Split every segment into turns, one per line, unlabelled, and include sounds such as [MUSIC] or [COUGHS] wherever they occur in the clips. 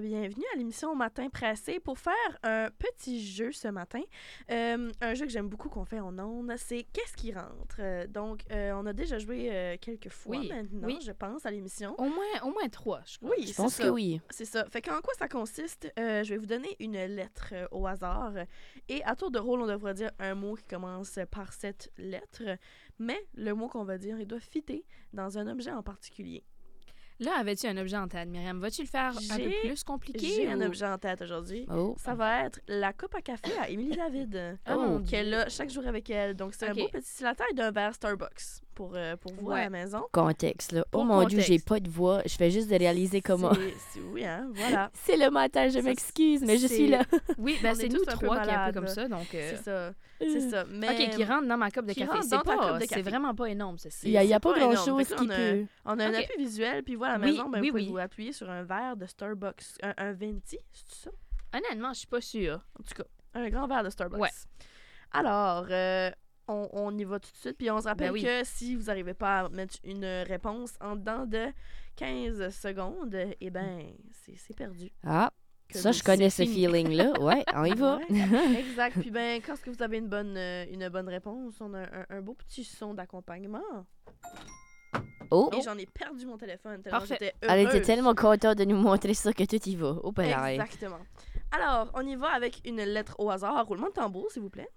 bienvenue à l'émission Matin Pressé pour faire un petit jeu ce matin. Euh, un jeu que j'aime beaucoup qu'on fait en ondes, c'est Qu'est-ce qui rentre? Euh, Donc, euh, on a déjà joué euh, quelques fois
Oui,
maintenant,
oui.
je pense, à l'émission.
Au moins, au moins trois, je crois.
Oui,
Je
c'est
pense
ça.
que oui.
C'est ça. Fait qu'en quoi ça consiste? Euh, je vais vous donner une lettre euh, au hasard. Et à tour de rôle, on devra dire un mot qui commence par cette lettre. Mais le mot qu'on va dire, il doit fitter dans un objet en particulier.
Là, avais-tu un objet en tête, Myriam? Vas-tu le faire un peu
J'ai-
plus compliqué?
J'ai un
ou-
objet en tête aujourd'hui.
Oh.
Ça va être la coupe à café à Émilie David.
Ah, mon Dieu.
Oh, Qu'elle a chaque jour avec elle. Donc, c'est
Ok.
un beau petit... C'est la taille d'un verre Starbucks pour, euh, pour vous à
Ouais.
la maison.
Contexte, là. Oh
Pour
mon dieu, j'ai
contexte.
pas de voix. Je fais juste de réaliser comment.
C'est- c'est- Oui, hein?
[LAUGHS] Euh.
Voilà.
[LAUGHS] C'est le matin, je
Ça,
m'excuse, mais je
c'est-
suis là.
Oui, ben
On
c'est
est
nous
tous un peu
trois qui est un peu
malades.
comme ça, donc... euh,
C'est ça. C'est ça. Mais...
OK, qui rentre dans ma coupe de
Qui
café.
rentre
C'est
dans ta
pas-
coupe de
C'est
café.
vraiment pas énorme, ceci.
Il y a, il y a
c'est
pas
pas énorme.
grand-chose
Fait que
qui
on a-
peut...
On a
Ok.
un appui visuel, puis voilà, à la
Oui,
maison, ben,
oui,
vous pouvez
oui.
vous appuyer sur un verre de Starbucks. Un, un venti, c'est ça?
Honnêtement, je suis pas sûre.
En tout cas, un grand verre de Starbucks.
Ouais.
Alors, euh, on, on y va tout de suite, puis on se rappelle
Ben oui.
que si vous n'arrivez pas à mettre une réponse en dedans de 15 secondes, eh ben, c'est c'est perdu.
Ah,
Que
ça,
vous-
je connais ce
c'est fini.
feeling-là. Ouais, on y va.
[LAUGHS]
Ouais, exact. Puis ben, quand est-ce que vous avez une bonne, euh, une bonne réponse, on a un, un beau petit son d'accompagnement.
Oh,
Et j'en ai perdu mon téléphone tellement
Parfait.
j'étais
elle était
heureuse.
tellement contente de nous montrer ça que tout y va. Oh, ben là, hein.
Exactement. Alors, on y va avec une lettre au hasard. Roulement de tambour, s'il vous plaît.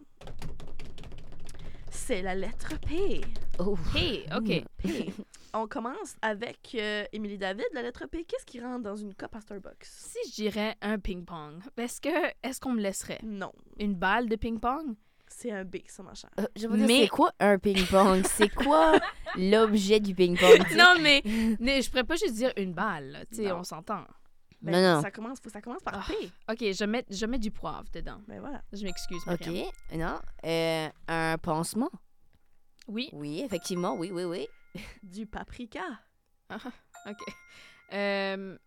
C'est la lettre P.
Oh.
Hey,
Hmm.
OK.
P. on commence avec euh, Émilie David. La lettre P, qu'est-ce qui rentre dans une coupe à Starbucks?
Si je dirais un ping-pong, est-ce que est-ce qu'on me laisserait
Non,
une balle de
[LAUGHS]
ping-pong?
c'est un B, ça, ma chère.
Euh, Je veux dire,
Mais-
c'est quoi un ping-pong? [LAUGHS] c'est quoi l'objet du ping-pong? tu
[LAUGHS]
sais?
non, mais, mais je pourrais pas juste dire une balle. là. Tu sais,
Non.
on s'entend.
Ben,
Non, non.
Ça commence, faut que ça commence par
Ah.
P.
OK, je mets, je mets du poivre dedans.
Ben voilà.
Je m'excuse,
OK,
Myriam.
non. Euh, un pansement?
Oui,
Oui, effectivement, oui, oui, oui.
Du paprika.
OK. Euh...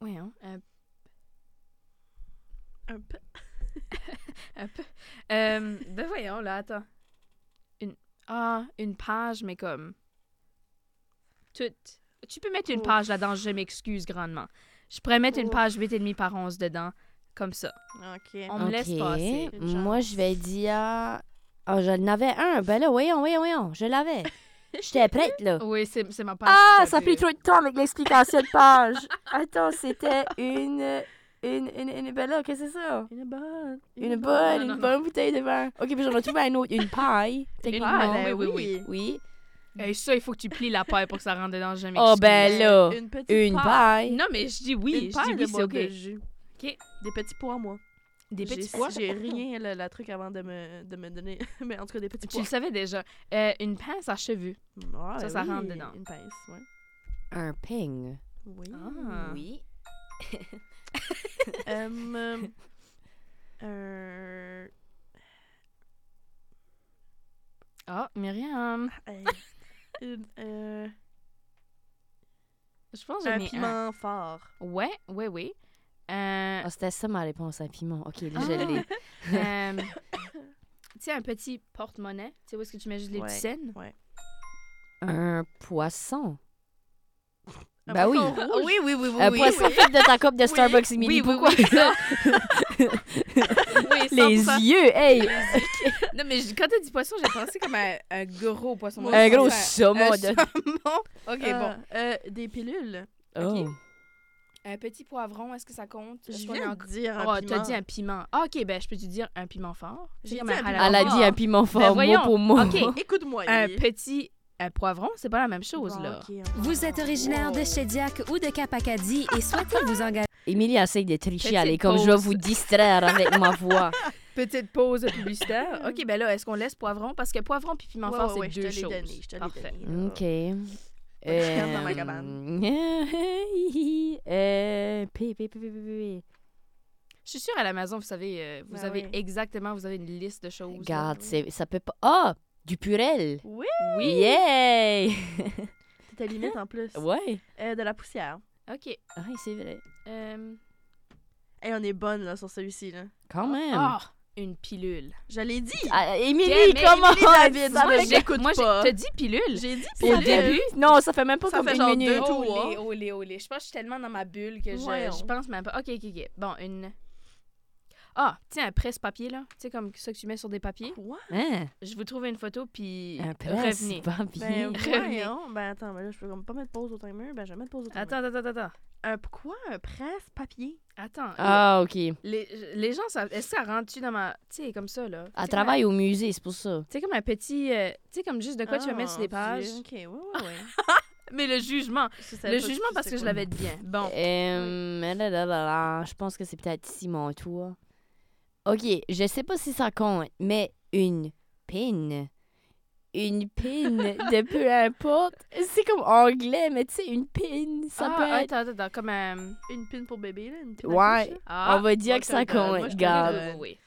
Voyons, un,
Un peu.
un peu. Euh, ben voyons, là, attends. Une... Ah, une page, mais comme... Toute... Tu peux mettre une
Ouf.
page là-dedans, je m'excuse grandement. Je pourrais mettre une
Ouf.
page 8,5 par 11 dedans, comme ça.
OK.
On me laisse
Ok,
passer,
une chance.
Moi, je vais dire... Oh, je l'avais un. Ben là, voyons, voyons, voyons.
[LAUGHS]
Je l'avais. J'étais prête, là.
Oui, c'est c'est ma page.
Ah,
qui
ça a
s'appelait-
pris trop de temps avec l'explication de page. Attends, c'était une... Une, une, une, ben là, qu'est-ce que c'est ça?
Une bonne.
Une
non,
bonne, une
non,
bonne bouteille de vin. Ok, puis j'en ai trouvé un autre, une paille.
Une
techniquement.
paille,
ben
oui, oui,
oui.
Oui.
Et ça, il faut que tu plies la paille pour que ça rentre dedans, je m'excuse.
Oh, ben là,
Une petite
une
paille.
paille.
Non, mais je dis oui,
une
je dis
paille de
oui, c'est
boîte
OK.
de jus.
OK.
Des petits pois, moi.
Des
J'ai-
petits pois.
J'ai rien le, la truc avant de me, de me donner. [LAUGHS] Mais en tout cas, des petits
Tu le savais déjà. Euh, une pince à cheveux.
pois. Ah,
Ça,
ben
ça rentre
oui,
dedans.
Une pince, ouais.
Un ping.
Oui.
Ah.
Oui.
[LAUGHS]
Euh, euh,
Ah, Myriam. [LAUGHS]
hey, une, euh,
Je pense que j'en
un
ai
piment fort.
Ouais, ouais, oui. Euh,
Ah, c'était ça ma réponse, un piment. Ok, là, je
Ah.
l'ai.
euh, [COUGHS] tu sais, un petit porte-monnaie. Tu sais, où est-ce que tu mets juste les
Ouais.
petites scènes?
Un poisson.
Un
Ben oui.
poisson rouge.
oui, oui, oui,
Un poisson fait de ta coupe de Starbucks,
Oui,
Emily,
oui,
pourquoi?
oui, ça. Oui,
[LAUGHS] Les
100%.
yeux, hey!
Non, mais je- quand t'as dit poisson, j'ai pensé comme un, un gros poisson.
Un
Moi,
Un
je
gros
pensais
saumon
à- un
de...
saumon. OK,
Ah, euh, des pilules.
[LAUGHS] Oh.
bon. Un petit poivron, est-ce que ça compte? Est-ce
Je
qu'on
viens
est
de dire un
Ah. Oh,
piment.
t'as dit un piment. Ah, ok, ben je peux te dire un piment fort.
J'ai
Dire,
dit un
mais à la
piment
Elle a
fort.
dit un piment fort, mot
Ben, voyons,
pour mot.
ok.
Oh, Écoute-moi. [LAUGHS]
Un
Ellie.
petit un poivron, c'est pas la même chose
Bon,
là.
ok, hein. on va-
Vous êtes originaire de Shediac ou de Cap-Acadie et souhaitez vous engager
Émilie essaye de tricher, elle est
Petite
comme je vais
pause.
vous distraire avec ma
[LAUGHS]
voix.
Petite pause publicitaire. ok, ben là, est-ce qu'on laisse poivron parce que poivron puis piment
Ouais,
fort
ouais, ouais,
c'est
je te
deux
l'ai
choses.
donné, je te l'ai
Parfait.
donné, là.
Ok.
chicane dans ma cabane.
[LAUGHS] euh, P, P, P, P, P, P.
Je suis sûre à la maison, vous savez, euh, vous
Ben
avez
oui.
exactement, vous avez une liste de choses. là.
Regarde, c'est- ça peut pas. Ah! Du purel!
Oui,
Oui.
Yay! [LAUGHS]
c'était limite en plus.
ouais!
Euh, de la poussière.
Ok.
Ah, c'est vrai.
euh,
Et on est Eh, bonne là sur celui-ci là.
Quand même!
Ah, une pilule.
Je l'ai dit.
Ah,
Yeah,
Émilie,
mais
comment
Émilie David,
ça
moi,
fait-
je l'écoute
moi,
pas.
T'as dit pilule?
J'ai dit
Au
pilule.
début?
Non, ça fait même pas
Ça
comme
fait
une
genre
minute.
deux.
Oh,
toi.
olé, olé, olé. Je pense que je suis tellement dans ma bulle que je,
Voyons.
je pense même pas. Ok, ok, ok. Bon, une. Ah, tiens, un presse-papier, là. Tu sais, comme ça que tu mets sur des papiers.
Quoi?
Hein?
Je vous trouve une photo, puis
Un presse,
revenez.
pas
Ben,
bien.
Revenez.
voyons. Ben, attends, ben là, je peux comme pas mettre pause au timer. Ben, je vais mettre pause au timer.
Attends, attends, attends, attends.
Euh, pourquoi un presse-papier?
Attends.
Ah, OK.
Les, les gens, ça, est-ce que ça rentre-tu dans ma. Tu sais, comme ça, là.
Elle
Tu sais, comme
travaille au musée, c'est pour ça.
un- Tu sais, comme un petit. euh, tu sais, comme juste de quoi tu vas mettre sur des
Ah,
pages.
Dieu. OK, ouais, ouais,
[LAUGHS]
ouais.
Mais le jugement.
Je savais
Le
pas du
jugement
tout
parce
c'est
que je
quoi.
l'avais dit bien. Bon.
Euh, là, là, là, là, je pense que c'est peut-être ici mon tour. OK, je sais pas si ça compte, mais une pin. Une [LAUGHS] pin de peu importe. C'est comme anglais, mais tu sais, une pin, ça
ah,
peut être...
attends, attends, comme. euh,
Une pine pour bébé, là. Une pine à
Ouais,
couche, là.
Ah,
on va dire
moi,
que
je te le
ça
donne.
compte,
Moi, je te le
garde.
donne, oui.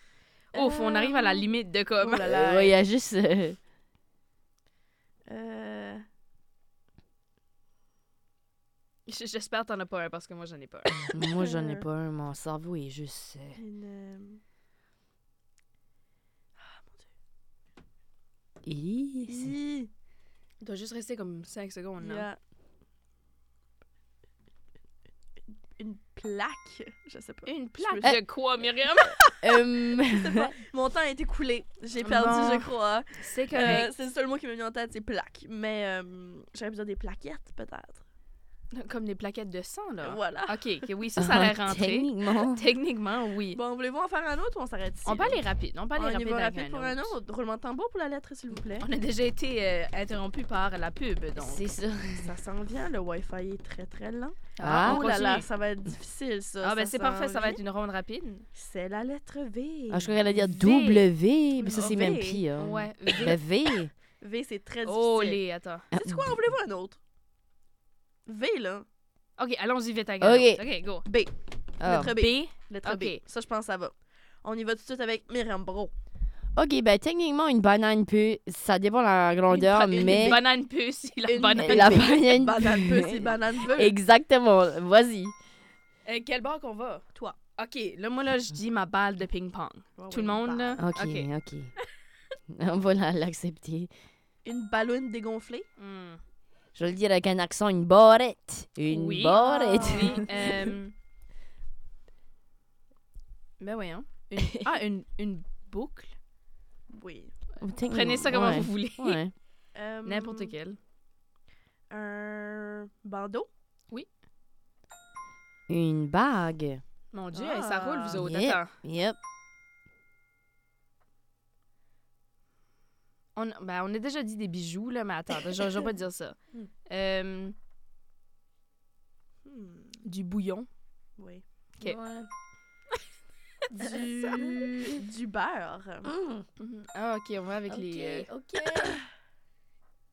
Ouf, on arrive à la limite de comme.
Euh, Oh là là.
Ouais, il y a juste... euh,
Euh,
[LAUGHS] J- J'espère que t'en as pas un parce que moi j'en ai pas un.
Moi, j'en ai pas un, mon cerveau est juste... euh,
une... euh, Ah, mon Dieu.
hi,
[LAUGHS]
c'est-
Hi.
Il doit juste rester comme 5 secondes
Il y
là.
a une plaque, je sais pas.
Une
Je me
plaque de quoi, Myriam
Hum,
Mon temps a été coulé, j'ai perdu,
Bon.
je crois.
[LAUGHS] C'est
Euh,
Ah correct.
c'est le seul mot qui m'est venu en tête, c'est plaque. Mais euh, j'aurais pu dire des plaquettes, peut-être.
euh, Comme des plaquettes de sang là.
Voilà.
Ok, ok, oui, ça, ça allait
[LAUGHS] Ah,
rentrer. [LAUGHS]
Techniquement.
Techniquement, oui.
Bon, voulez-vous en faire un autre ou on s'arrête ici?
On peut
là?
aller rapide. On peut aller
On y
rapide,
va
avec
rapide pour un autre. Roulement de tambour pour la lettre, s'il vous plaît.
On a déjà été euh, interrompu par la pub donc.
C'est ça.
Ça s'en vient, le Wi-Fi est très très lent.
Ah,
on
oh là
continue.
là, ça va être difficile ça.
Ah ben
Ça
c'est
s'en
parfait, ça va
vient.
être une ronde rapide.
C'est la lettre V.
Ah, je crois qu'elle allait dire
V.
W, mais ça, c'est
V.
même pire. [LAUGHS]
Ouais.
Le V.
V, c'est très difficile.
Oh les, attends.
C'est quoi, on voulait voir un autre? V, là.
Ok, allons-y vite à
Ok.
Ok, go.
Ah.
Lettre B.
B.
Lettre
Ok.
B. Ça, je pense que ça va. On y va tout de suite avec Myriam Bro.
OK, ben techniquement, une banane peut... Ça dépend de la grandeur,
Une
mais...
banane puce, [LAUGHS] il a
Une-
banane.
[LAUGHS] La
peut.
banane
Banane
peut.
peu, c'est banane peu.
Exactement. Vas-y.
Euh, quel bar qu'on va?
Toi.
OK, là, moi, là, je dis ma balle de ping-pong. Tout le monde, là?
Oh, OK, OK. [LAUGHS] On va la- l'accepter.
Une ballonne dégonflée.
Hmm.
Je vais le dire avec un accent, une barrette. Une
Oui.
barrette.
Ah,
[LAUGHS]
Oui, euh... Ben voyons.
[LAUGHS]
Une- Ah, une, une boucle?
Oui.
[LAUGHS] Techniquement,
Prenez ça comme
ouais.
vous voulez.
Ouais.
Euh,
N'importe quel.
Un bandeau.
Une bague.
Mon Dieu, hey, ça
Ah.
roule, vous autres.
Yep.
Attends.
Yep.
On, ben, on a déjà dit des bijoux, là, mais attends, je je vais pas dire
[LAUGHS]
ça. Euh,
Hmm,
du
[LAUGHS]
bouillon. [GASPS]
Oui.
Ok.
Du... du beurre.
Ah, OK, on va avec les... euh,
OK.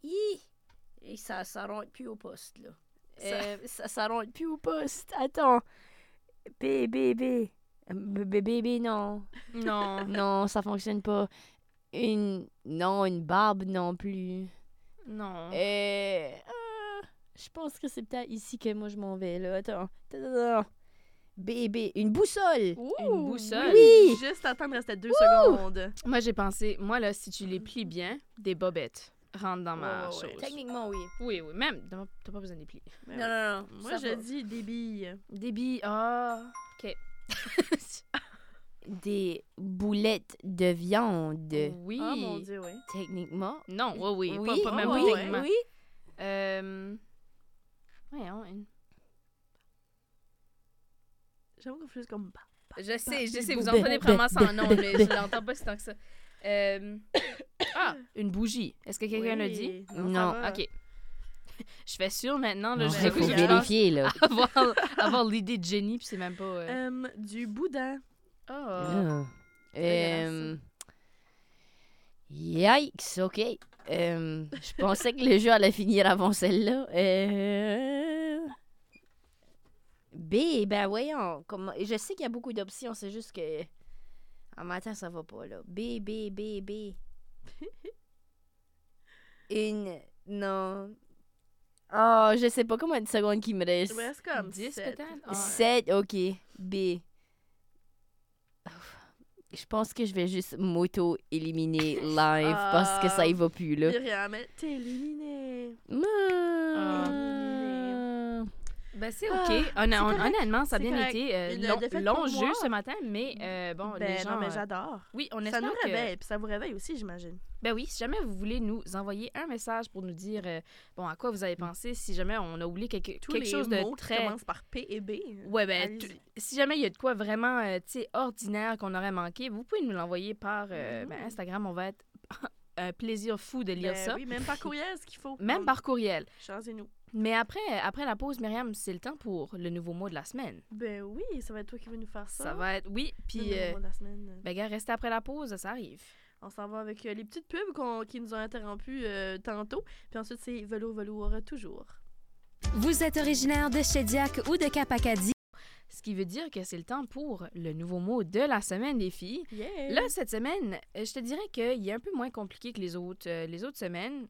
[COUGHS]
Et ça, ça rentre plus au poste, là. [LAUGHS] Euh, ça, ça rentre plus au poste. Attends. B, B, B. B, B, B, B, non.
Non,
Non, ça fonctionne pas. Une. Non, une barbe non plus.
non.
Euh, ah, je pense que c'est peut-être ici que moi je m'en vais, là. Attends. Tadadadam. Bébé. Une boussole.
Une boussole.
Oui.
Juste attendre, il restait deux secondes.
Moi, j'ai pensé, moi, là, si
Hmm.
tu les plies bien, des bobettes rentrent dans ma
Ouais, ouais, ouais.
chose.
Techniquement, oui.
Oui, oui, même, t'as t'as pas besoin de les plier.
Mais
Non, non, non.
Moi, je dis des billes.
Des billes, ah, OK. [LAUGHS]
Des boulettes de viande.
Oui.
Oh mon dieu, oui.
Techniquement.
Non, Mm. oui, oui,
Ah, oui, oh,
pas, pas même
oui,
pas techniquement.
oui.
Euh, voyons, une-
J'avoue qu'on fait juste comme.
Je sais, je
des
sais, vous
bobettes.
entendez probablement [LAUGHS] sans nom, mais je l'entends pas si tant que ça. Euh, [COUGHS] Ah, une bougie. Est-ce que quelqu'un l'a dit?
Oui.
Non,
ça va.
OK. Je fais sûr maintenant, là,
Non,
je
ça,
sais
sais
que
faut
je
vérifier, là.
avoir, avoir l'idée de génie, puis c'est même pas... euh,
Euh, du boudin. oh,
Ah.
Ah. Euh, Yikes, ok. Euh, je pensais que le jeu allait finir avant celle-là. Euh, B, ben voyons. Comment... Je sais qu'il y a beaucoup d'options, c'est juste que. En matin, ça va pas, là. B, B, B, B. Une. Non. Oh, je sais pas combien de secondes qui me reste.
Ouais, c'est comme
10
sept.
peut-être? Ah.
7, ok. B. je pense que je vais juste m'auto-éliminer live parce que ça y va plus, là.
Myriam, elle- t'es éliminée.
Ah.
Ben, c'est
Ah,
OK. Hon-
c'est
hon-
correct,
honnêtement, ça a
c'est
bien
correct.
été euh,
Une défaite
long,
pour
long
moi.
jeu ce matin, mais euh, bon, les
ben
gens...
non, mais
euh,
j'adore.
oui, on
Ça
espère
nous
que...
réveille, puis ça vous réveille aussi, j'imagine.
Ben oui, si jamais vous voulez nous envoyer un message pour nous dire, euh, bon, à quoi vous avez pensé, si jamais on a oublié quelque,
Mm. Tous
quelque
les
chose
mots
de
qui
très...
commencent par P et B.
Ouais, ben,
Allez-y.
tu- si jamais il y a de quoi vraiment, euh, tu sais, ordinaire qu'on aurait manqué, vous pouvez nous l'envoyer par euh,
Mhm.
ben, Instagram. On va être [LAUGHS] un plaisir fou de lire
Ben
ça.
Oui, même par courriel, ce qu'il faut. Hum,
Même par courriel.
Changez-nous.
Mais après, après la pause, Myriam, c'est le temps pour le nouveau mot de la semaine.
Ben oui, ça va être toi qui vas nous faire ça.
Ça va être, oui,
Le
puis, euh,
numéro de la semaine.
ben gars, restez après la pause, ça arrive.
On s'en va avec euh, les petites pubs qu'on- qui nous ont interrompues euh, tantôt. Puis ensuite, c'est velours, velours, euh, toujours.
Vous êtes originaire de Shediac ou de Cap Acadie?
Ce qui veut dire que c'est le temps pour le nouveau mot de la semaine, les filles.
Yeah!
Là, cette semaine, euh, je te dirais qu'il est un peu moins compliqué que les autres, euh, les autres semaines.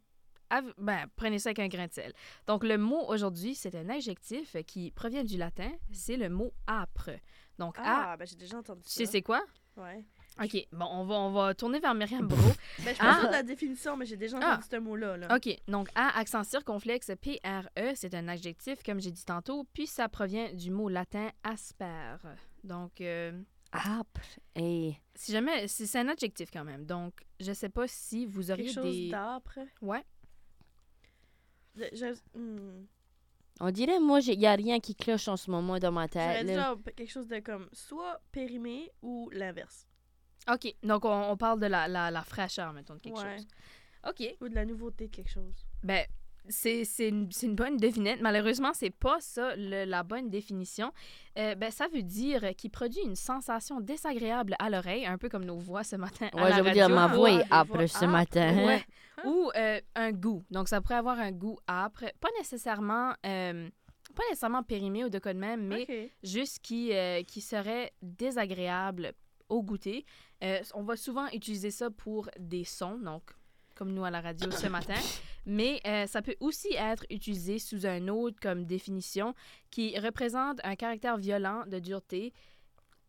Av- ben, prenez ça avec un grain de sel. Donc, le mot aujourd'hui, c'est un adjectif qui provient du latin. C'est le mot âpre. Donc,
ah,
âpre,
ben j'ai déjà entendu
tu sais
ça.
c'est quoi?
Ouais.
OK, bon, on va, on va tourner vers
[LAUGHS]
Myriam Bro.
Ben, je
Ah.
pense pas de la définition, mais j'ai déjà entendu
Ah.
ce mot-là. Là.
OK, donc A, accent circonflexe, P-R-E, c'est un adjectif, comme j'ai dit tantôt, puis ça provient du mot latin asper. Donc, euh,
Âpre. Hey.
si jamais, c'est c'est un adjectif quand même. Donc, je sais pas si vous auriez
Quelque chose
des...
d'âpre.
Ouais.
Je- je- hmm.
On dirait, moi, il n'y a rien qui cloche en ce moment dans ma
J'aurais
tête.
dit
là.
genre p- quelque chose de comme soit périmé ou l'inverse.
OK, donc on, on parle de la, la, la fraîcheur, mettons, de quelque
Ouais.
chose. OK.
Ou de la nouveauté, quelque chose.
Ben, c'est c'est une, c'est une bonne devinette. Malheureusement, c'est pas ça le- la bonne définition. Euh, ben, ça veut dire qu'il produit une sensation désagréable à l'oreille, un peu comme nos voix ce matin. à
Ouais,
la
je veux dire,
radio.
ma voix
Ah,
est
des voix
âpre ce
âpres.
matin.
Ouais. Ou euh, un goût. Donc, ça pourrait avoir un goût âpre. Pas nécessairement, euh, pas nécessairement périmé ou de quoi de même, mais
Ok.
juste qui, euh, qui serait désagréable au goûter. Euh, on va souvent utiliser ça pour des sons, donc comme nous à la radio ce matin, mais euh, ça peut aussi être utilisé sous un autre comme définition qui représente un caractère violent de dureté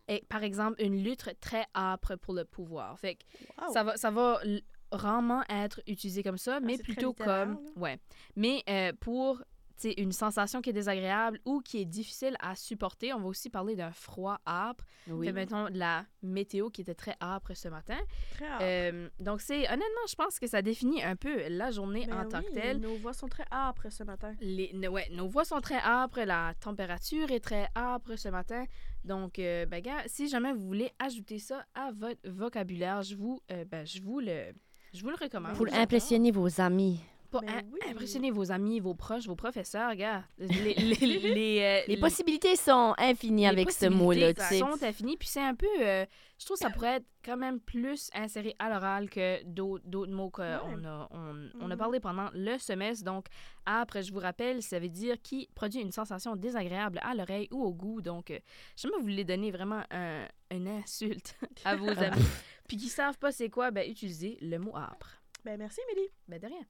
et par exemple une lutte très âpre pour le pouvoir. Fait que
Wow.
ça va, ça va l- rarement être utilisé comme ça, mais
Ah, c'est très
plutôt
littéraire,
comme. Ouais. Mais euh, pour tu sais, une sensation qui est désagréable ou qui est difficile à supporter, on va aussi parler d'un froid âpre.
Oui.
Fait, mettons de la météo qui était très âpre ce matin.
Très âpre.
Euh, donc, c'est honnêtement, je pense que ça définit un peu la journée
Ben
en tant que
oui,
telle.
Nos voix sont très âpres ce matin.
Les, no- ouais, nos voix sont très âpres, la température est très âpre ce matin. Donc, euh, ben, gars, si jamais vous voulez ajouter ça à votre vocabulaire, je vous, euh, ben, je vous, le, je vous le recommande.
Pour
j'adore.
impressionner vos amis.
Pour
Ben
im-
oui.
impressionner vos amis, vos proches, vos professeurs,
[LAUGHS]
gars. Les, les, les, les, euh,
Les
les-
possibilités sont infinies
les
avec ce mot-là, tu sais.
possibilités sont infinies, puis c'est un peu... euh, je trouve que ça pourrait être quand même plus inséré à l'oral que d'autres d'autres mots qu'on
Ouais.
a, on, on a
Mhm.
parlé pendant le semestre. Donc, après, je vous rappelle, ça veut dire qui produit une sensation désagréable à l'oreille ou au goût. Donc, euh, je jamais vous voulez donner vraiment un, une insulte [LAUGHS] à vos amis, puis qui savent pas c'est quoi, ben, utilisez le mot âpre.
Ben merci, Émilie.
Ben, de rien.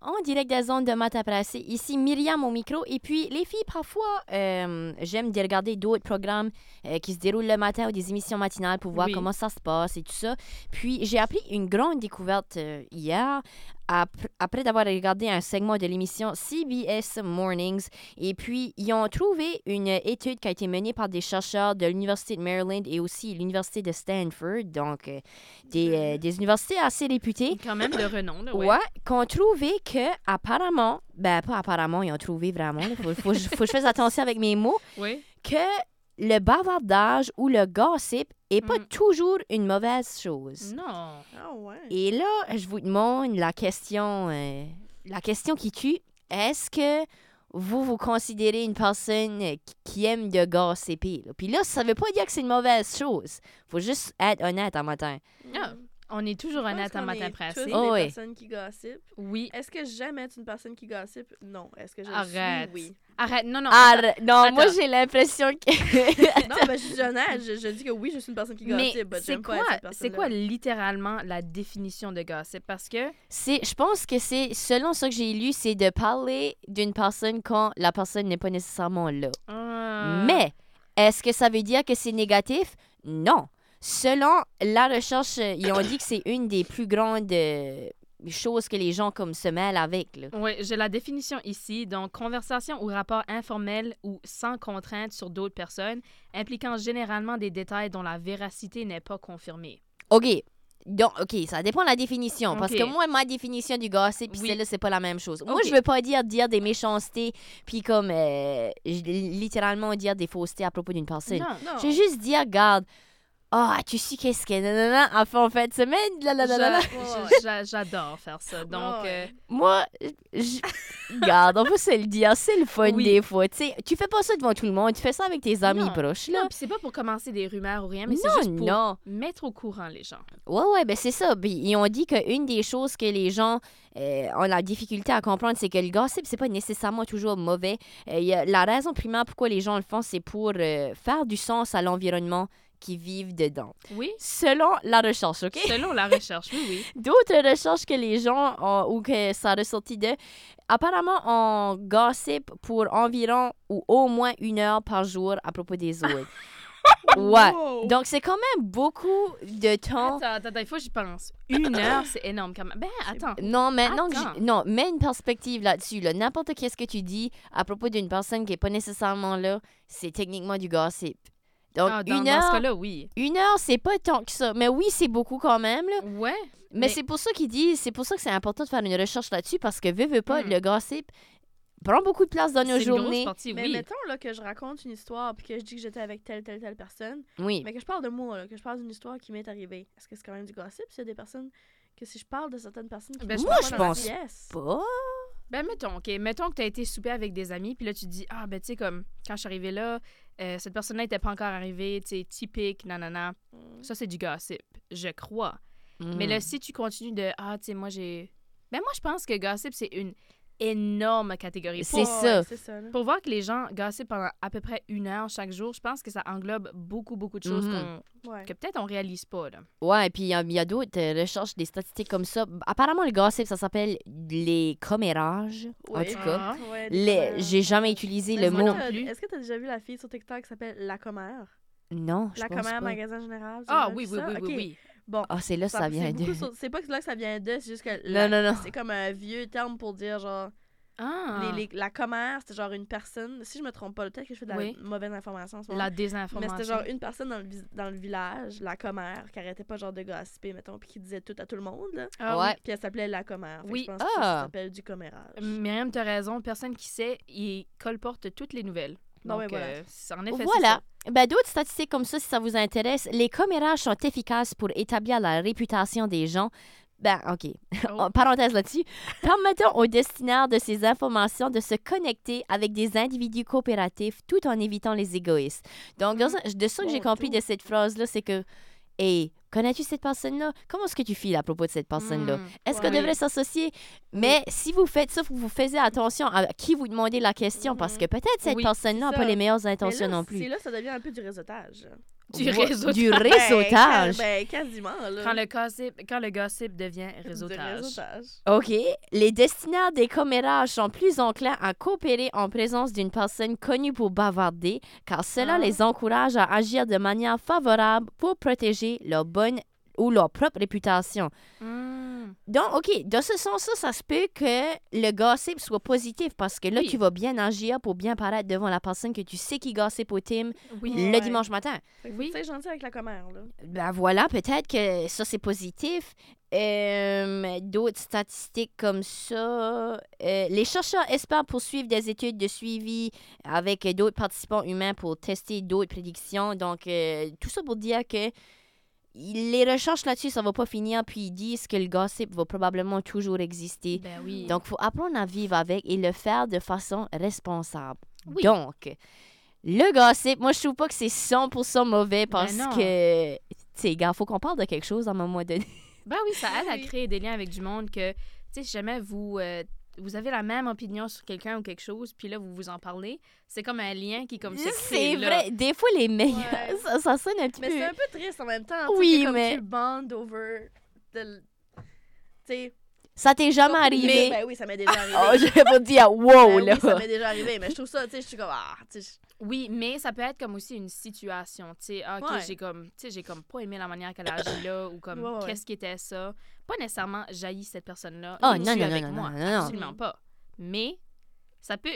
En direct des zones de Matapracé, ici Myriam au micro. Et puis, les filles, parfois, euh, j'aime de regarder d'autres programmes euh, qui se déroulent le matin ou des émissions matinales pour voir
Oui.
comment ça se passe et tout ça. Puis, j'ai appris une grande découverte euh, hier, apr- après d'avoir regardé un segment de l'émission CBS Mornings. Et puis, ils ont trouvé une étude qui a été menée par des chercheurs de l'Université de Maryland et aussi l'Université de Stanford, donc euh, des, euh, des universités assez réputées.
Quand même de renom, là,
Ouais,
ouais.
qu'on trouvait que, apparemment, ben pas apparemment, ils ont trouvé vraiment, il faut, faut, que je- faut que je fasse attention avec mes mots,
Ouais.
que le bavardage ou le gossip est pas
Mm.
toujours une mauvaise chose.
Non.
Ah ouais.
Et là, je vous demande la question, euh, la question qui tue, est-ce que vous vous considérez une personne euh, qui- qui aime de gossiper? là? Puis là, ça veut pas dire que c'est une mauvaise chose. Faut juste être honnête en matin.
Ah, On est toujours
Je Hmm. pense
honnête en
qu'on
matin
est
pressé.
tous des
Oh oui.
personnes qui gossipent.
Oui.
Est-ce que jamais être une personne qui gossipe? Non. Est-ce que je le suis?
Arrête. [LAUGHS]
Oui.
Arrête, non, non.
Ah, non, moi
attends.
j'ai l'impression que...
Non, ben je suis honnête. Je, je dis que oui, je suis une personne qui
Mais
gossipe. mais
c'est
j'aime pas
quoi,
être cette
c'est
personne-là.
quoi littéralement la définition de gossip? Parce que,
C'est, je pense que c'est, selon ce que j'ai lu, c'est de parler d'une personne quand la personne n'est pas nécessairement là.
euh,
Mais Est-ce que ça veut dire que c'est négatif? Non. Selon la recherche, euh, ils ont dit que c'est une des plus grandes euh, choses que les gens comme se mêlent avec. là.
Oui, j'ai la définition ici. Donc, conversation ou rapport informel ou sans contrainte sur d'autres personnes, impliquant généralement des détails dont la véracité n'est pas confirmée.
OK. Donc, OK, ça dépend de la définition. Parce
OK.
que moi, ma définition du gossip, puis
Oui.
celle-là, c'est pas la même chose. Moi,
OK.
je veux pas dire dire des méchancetés, puis comme euh, j- littéralement dire des faussetés à propos d'une personne.
Non.
Non.
Je veux juste dire, regarde, ah, tu sais qu'est-ce que nanana a fait en fin de semaine, la, la, la, la, la.
J'a-
Ouais,
j'a- J'adore faire ça. Donc,
Ouais.
euh,
Moi, je... regarde, on peut se le dire, c'est le fun
Oui.
des fois. Tu sais, tu fais pas ça devant tout le monde, tu fais ça avec tes amis
Non.
proches, là.
non, puis c'est pas pour commencer des rumeurs ou rien, mais c'est
non,
juste pour
non.
mettre au courant les gens.
Ouais, ouais, ben c'est ça. Puis ils ont dit qu'une des choses que les gens euh, ont la difficulté à comprendre, c'est que le gossip, c'est pas nécessairement toujours mauvais. Euh, il y a- la raison primaire pourquoi les gens le font, c'est pour euh, faire du sens à l'environnement qu'ils vivent dedans.
Oui,
Selon la recherche, OK?
selon la recherche, oui, oui.
D'autres recherches que les gens ont- ou que ça a ressorti de, apparemment, on gossip pour environ ou au moins une heure par jour à propos des
[LAUGHS]
autres. ouais.
Wow.
Donc, c'est quand même beaucoup de temps.
Attends, attends, attends, il faut que j'y pense. Une heure, c'est énorme quand même. Ben, attends.
Non, maintenant que
Attends.
j'ai- non, mets une perspective là-dessus. Là. N'importe qu'est-ce que tu dis à propos d'une personne qui n'est pas nécessairement là, c'est techniquement du gossip. Donc,
Ah, dans,
une,
dans ce
heure,
cas-là, oui.
une heure, c'est pas tant que ça. Mais oui, c'est beaucoup quand même. Là.
Ouais.
Mais,
Mais-
c'est pour ça qu'ils disent, c'est pour ça que c'est important de faire une recherche là-dessus parce que, veux, veux pas,
Hmm.
le gossip prend beaucoup de place dans nos
C'est une grosse
journées.
partie,
Mais
oui.
Ben, mettons là, que je raconte une histoire puis que je dis que j'étais avec telle, telle, telle personne,
Oui.
mais que je parle de moi, là, que je parle d'une histoire qui m'est arrivée. Est-ce que c'est quand même du gossip s'il y a des personnes que si je parle de certaines personnes qui
Ben,
me
moi,
parlent
je
dans la
pense
pièce?
Pas.
Ben, mettons, OK. Mettons que tu as été souper avec des amis, puis là, tu te dis, ah, ben, tu sais, comme, quand je suis arrivée là, euh, cette personne-là n'était pas encore arrivée, tu sais, typique, nanana. Ça, c'est du gossip, je crois.
Mm.
Mais
Mm.
là, si tu continues de, ah, tu sais, moi, j'ai. Ben, moi, je pense que gossip, c'est une énorme catégorie.
C'est
Pour,
ça.
Hmm. c'est ça. là.
pour voir que les gens gossipent pendant à peu près une heure chaque jour, je pense que ça englobe beaucoup, beaucoup de choses
Mhm.
Mm-hmm.
qu'on-
Ouais.
que peut-être on réalise pas, là.
Ouais, et puis il y a, il y a d'autres euh, recherches, des statistiques comme ça. Apparemment, le gossip, ça s'appelle les commérages. En
Ouais.
tout cas.
Ah.
Ouais,
Les-
euh,
J'ai jamais utilisé
Mais
le
est-ce
moi
mot.
que t'as-
plus.
Est-ce que tu as déjà vu la fille sur TikTok qui s'appelle La Commère?
Non, je
La
pense
Commère,
pas.
magasin général. tu as
Ah,
déjà
oui,
vu
oui,
ça?
oui,
Ok.
oui, oui.
Bon.
Ah, c'est là que ça
c'est
vient de.
beaucoup sur- C'est pas que là que ça vient de, c'est juste que. la-
Non, non, non.
C'est comme un vieux terme pour dire genre.
Ah,
les- les- la commère, c'était genre une personne. Si je me trompe pas, peut-être que je fais de la
Oui.
mauvaise information en ce moment.
la
Mais
désinformation.
c'était genre une personne dans le, vis- dans le village, la commère, qui arrêtait pas genre de gossiper, mettons, puis qui disait tout à tout le monde. là.
Ah, oui.
ouais.
Puis elle s'appelait la commère. Fait que
Oui.
Je
Mm,
pense que ça,
Ah.
ça s'appelle du commérage.
Myriam, t'as raison. Personne qui sait, il colporte toutes les nouvelles.
Bon,
Donc,
ben voilà.
euh, c'est- en effet, c'est
Voilà.
ça.
Ben, D'autres statistiques comme ça, si ça vous intéresse, les commérages sont efficaces pour établir la réputation des gens. Ben, OK.
Oh.
[LAUGHS] En Parenthèse là-dessus. Permettons aux destinataires de ces informations de se connecter avec des individus coopératifs tout en évitant les égoïstes. Donc,
Mmh.
dans un- de ça que j'ai
Bon,
compris
tout.
de cette phrase-là, c'est que, hey, connais-tu cette personne-là? Comment est-ce que tu files à propos de cette personne-là?
Mm.
Est-ce qu'on
Mmh, Ouais.
devrait s'associer? Mais si vous faites ça, faut que vous faisiez attention à qui vous demandez la question parce que peut-être cette
Oui,
personne-là n'a
Mmh. c'est
pas
ça.
les meilleures
Mais
intentions
là,
non plus.
C'est là, ça devient un peu du réseautage.
Du
Ouais,
réseautage.
Du réseautage.
Ben, ca- ben, quasiment, là.
Quand le, gossip, quand le gossip devient
Du
réseautage.
réseautage.
OK. Les destinataires des commérages sont plus enclins à coopérer en présence d'une personne connue pour bavarder, car cela
Ah.
les encourage à agir de manière favorable pour protéger leur bonne ou leur propre réputation.
Mm.
Donc, OK, dans ce sens-là, ça se peut que le gossip soit positif parce que là,
Oui.
tu vas bien agir pour bien paraître devant la personne que tu sais qui gossip au team
Oui.
le
Ouais.
dimanche matin.
Fait que
Oui.
faut être gentil avec la commère, là.
Ben voilà, peut-être que ça, c'est positif. Euh, D'autres statistiques comme ça. Euh, les chercheurs espèrent poursuivre des études de suivi avec d'autres participants humains pour tester d'autres prédictions. Donc, euh, tout ça pour dire que les recherches là-dessus, ça va pas finir. Puis, ils disent que le gossip va probablement toujours exister.
Ben oui.
Donc, faut apprendre à vivre avec et le faire de façon responsable.
Oui.
Donc, le gossip, moi, je trouve pas que c'est 100% mauvais
Ben
parce
non.
que, tu sais, gars, faut qu'on parle de quelque chose à un moment donné.
Ben oui, ça aide à
Oui.
créer des liens avec du monde que, tu sais, si jamais vous, euh, vous avez la même opinion sur quelqu'un ou quelque chose, puis là, vous vous en parlez, c'est comme un lien qui, comme, se crée,
[LAUGHS] C'est
là.
vrai, des fois, les meilleurs,
Ouais.
[LAUGHS] ça, ça sonne un petit
Mais
peu...
c'est un peu triste en même temps. tu sais,
Oui,
que comme
mais-
Tu bond over. de l- Tu sais,
Ça t'est jamais
Donc, mais-
arrivé.
Ben oui, ça m'est
Ah,
déjà arrivé.
Oh, [LAUGHS] j'allais pas dire wow,
Ben
oh là.
oui, ça
[LAUGHS]
m'est déjà arrivé, mais je trouve ça, tu sais, je suis comme, ah, tu sais,
Oui, mais ça peut être comme aussi une situation, tu sais, ah, OK,
Ouais.
j'ai comme tu sais, j'ai comme pas aimé la manière qu'elle a agi là ou comme
Ouais, ouais.
qu'est-ce qui était ça. Pas nécessairement jaillit cette personne-là.
Oh,
ou
non,
tu
non, non,
avec
non,
moi,
non, non, non.
absolument pas. Mais ça peut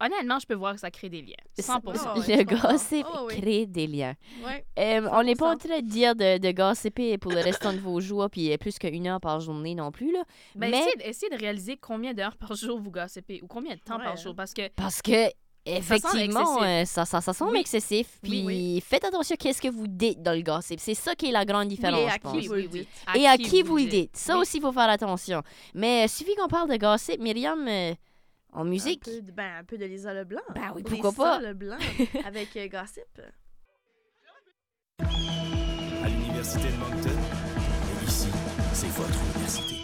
honnêtement, je peux voir que ça crée des liens. 100%.
Ah ouais,
Le
je comprends.
gossip
Ah ouais, oui.
crée des liens.
je- ouais.
Euh, on n'est pas en
100%.
train de dire de, de gossiper pour le restant de vos jours, puis euh, plus qu'une heure par journée non plus, là.
Ben,
mais
essayez, de- essayez de réaliser combien d'heures par jour vous gossipez ou combien de temps
Ouais,
par
hein.
jour parce que
parce que, effectivement,
excessif.
euh, ça, ça, ça semble
Oui.
excessif.
Oui,
Puis faites attention qu'est-ce que vous dites dans le gossip. C'est ça qui est la grande différence,
à
je
qui
pense.
vous le dites.
Et à qui vous le
dites.
dites. Ça
Oui.
aussi, il faut faire attention. Mais euh, suffit qu'on parle de gossip, Myriam, euh, en musique.
Un peu, de- ben, un peu de Lisa Leblanc.
Ben oui,
Ou des
pourquoi pas?
Lisa Leblanc avec euh, Gossip.
à l'Université de Moncton. Et ici, c'est votre université.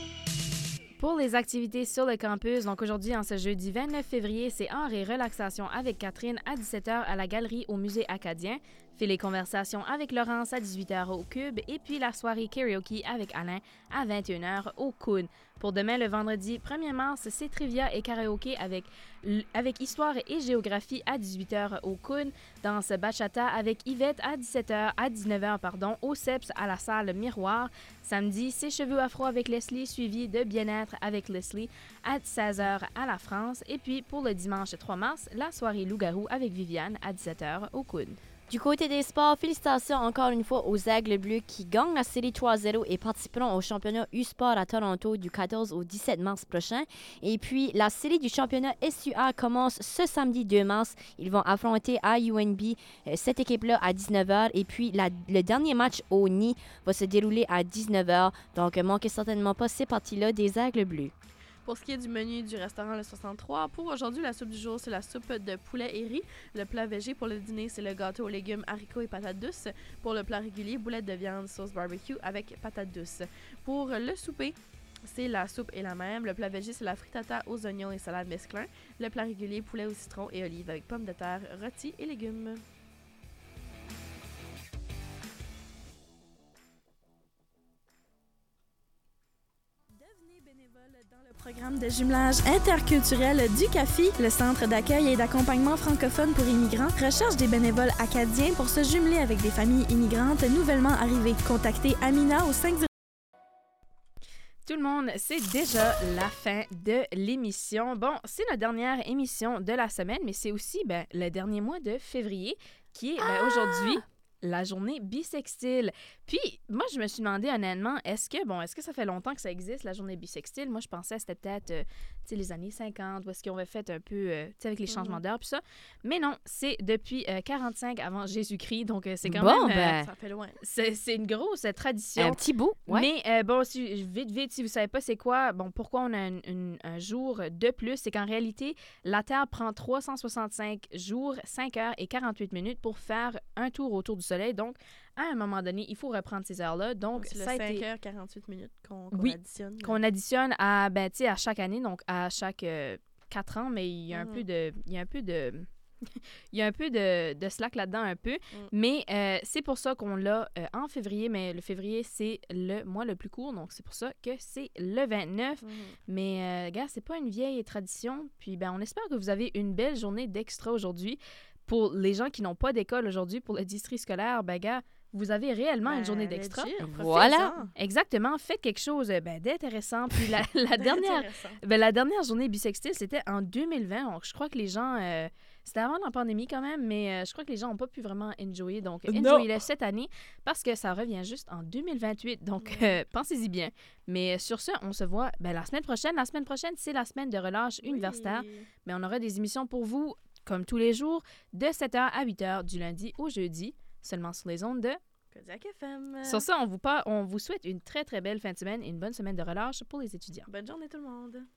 Pour les activités sur le campus, donc aujourd'hui, en ce jeudi 29 février, c'est art et relaxation avec Catherine à 17h à la galerie au musée acadien. Fais les conversations avec Laurence à 18h au Cube et puis la soirée karaoke avec Alain à 21h au Coon. Pour demain, le vendredi 1er mars, c'est trivia et karaoké avec, l- avec histoire et géographie à 18h au Coon. Danse bachata avec Yvette à 17h, à 19h, pardon, au CEPS à la salle Miroir. Samedi, ses cheveux afro avec Leslie, suivi de Bien-être avec Leslie à 16h à la France. Et puis pour le dimanche 3 mars, la soirée Loup-garou avec Viviane à 17h au Coude.
Du côté des sports, félicitations encore une fois aux Aigles Bleus qui gagnent la série 3-0 et participeront au championnat U-Sport à Toronto du 14 au 17 mars prochain. Et puis, la série du championnat SUA commence ce samedi 2 mars. Ils vont affronter à UNB euh, cette équipe-là à 19h. Et puis, la- le dernier match au Nid va se dérouler à 19h. Donc, euh, manquez certainement pas ces parties-là des Aigles Bleus.
Pour ce qui est du menu du restaurant Le 63, pour aujourd'hui, la soupe du jour, c'est la soupe de poulet et riz. Le plat végé pour le dîner, c'est le gâteau aux légumes, haricots et patates douces. Pour le plat régulier, boulettes de viande, sauce barbecue avec patates douces. Pour le souper, c'est la soupe et la même. Le plat végé, c'est la frittata aux oignons et salade mesclun. Le plat régulier, poulet au citron et olives avec pommes de terre, rôti et légumes.
Devenez bénévole dans le programme de jumelage interculturel du CAFI, le Centre d'accueil et d'accompagnement francophone pour immigrants, recherche des bénévoles acadiens pour se jumeler avec des familles immigrantes nouvellement arrivées. Contactez Amina au 5
Tout le monde, c'est déjà la fin de l'émission. Bon, c'est la dernière émission de la semaine, mais c'est aussi ben, le dernier mois de février, qui est ben,
Ah!
aujourd'hui la journée bisextile. Puis, moi, je me suis demandé honnêtement, est-ce que, bon, est-ce que ça fait longtemps que ça existe, la journée bisextile? Moi, je pensais que c'était peut-être, euh, tu sais, les années 50, où est-ce qu'on avait fait un peu, euh, tu sais, avec les
Mm-hmm.
changements d'heure, puis ça. Mais non, c'est depuis euh, 45 avant Jésus-Christ, donc euh, c'est quand
Bon,
même... euh,
ben.
Ça fait loin.
c'est c'est une grosse tradition.
Un petit bout, ouais.
Mais euh, bon, si- vite, vite, si vous savez pas c'est quoi, bon, pourquoi on a un, une- un jour de plus, c'est qu'en réalité, la Terre prend 365 jours, 5 heures et 48 minutes pour faire un tour autour du Soleil. Donc, à un moment donné, il faut reprendre ces heures-là. Donc,
C'est le
ça a été-
5h48 minutes qu'on qu'on
Oui,
additionne.
qu'on additionne à, ben, tu sais, à chaque année, donc à chaque 4 ans, mais il y a un
Mhm.
peu de... Il y a un peu de... [LAUGHS] Il y a un peu de, de slack là-dedans, un peu.
Mm.
Mais euh, c'est pour ça qu'on l'a euh, en février. Mais le février, c'est le mois le plus court. Donc, c'est pour ça que c'est le 29.
Mhm.
Mais, euh, gars, c'est pas une vieille tradition. Puis, ben, on espère que vous avez une belle journée d'extra aujourd'hui. Pour les gens qui n'ont pas d'école aujourd'hui, pour le district scolaire, ben, gars, vous avez réellement
Ben,
une journée d'extra.
legit, profitez-en.
Voilà.
Exactement. Faites quelque chose euh, ben, d'intéressant. Puis, la, la dernière
[LAUGHS] Intéressant.
ben, la dernière journée bisextile, c'était en 2020. Donc, je crois que les gens. euh, c'était avant la pandémie quand même, mais euh, je crois que les gens n'ont pas pu vraiment enjoyer. Donc,
Non.
enjoyez-le cette année parce que ça revient juste en 2028. Donc, euh, pensez-y bien. Mais euh, sur ce, on se voit ben, la semaine prochaine. La semaine prochaine, c'est la semaine de relâche universitaire.
Oui.
Mais on aura des émissions pour vous, comme tous les jours, de 7h à 8h, du lundi au jeudi, seulement sur les ondes de.
Kodiak FM.
Sur ça, on vous, pa- on vous souhaite une très, très belle fin de semaine et une bonne semaine de relâche pour les étudiants.
Bonne journée tout le monde.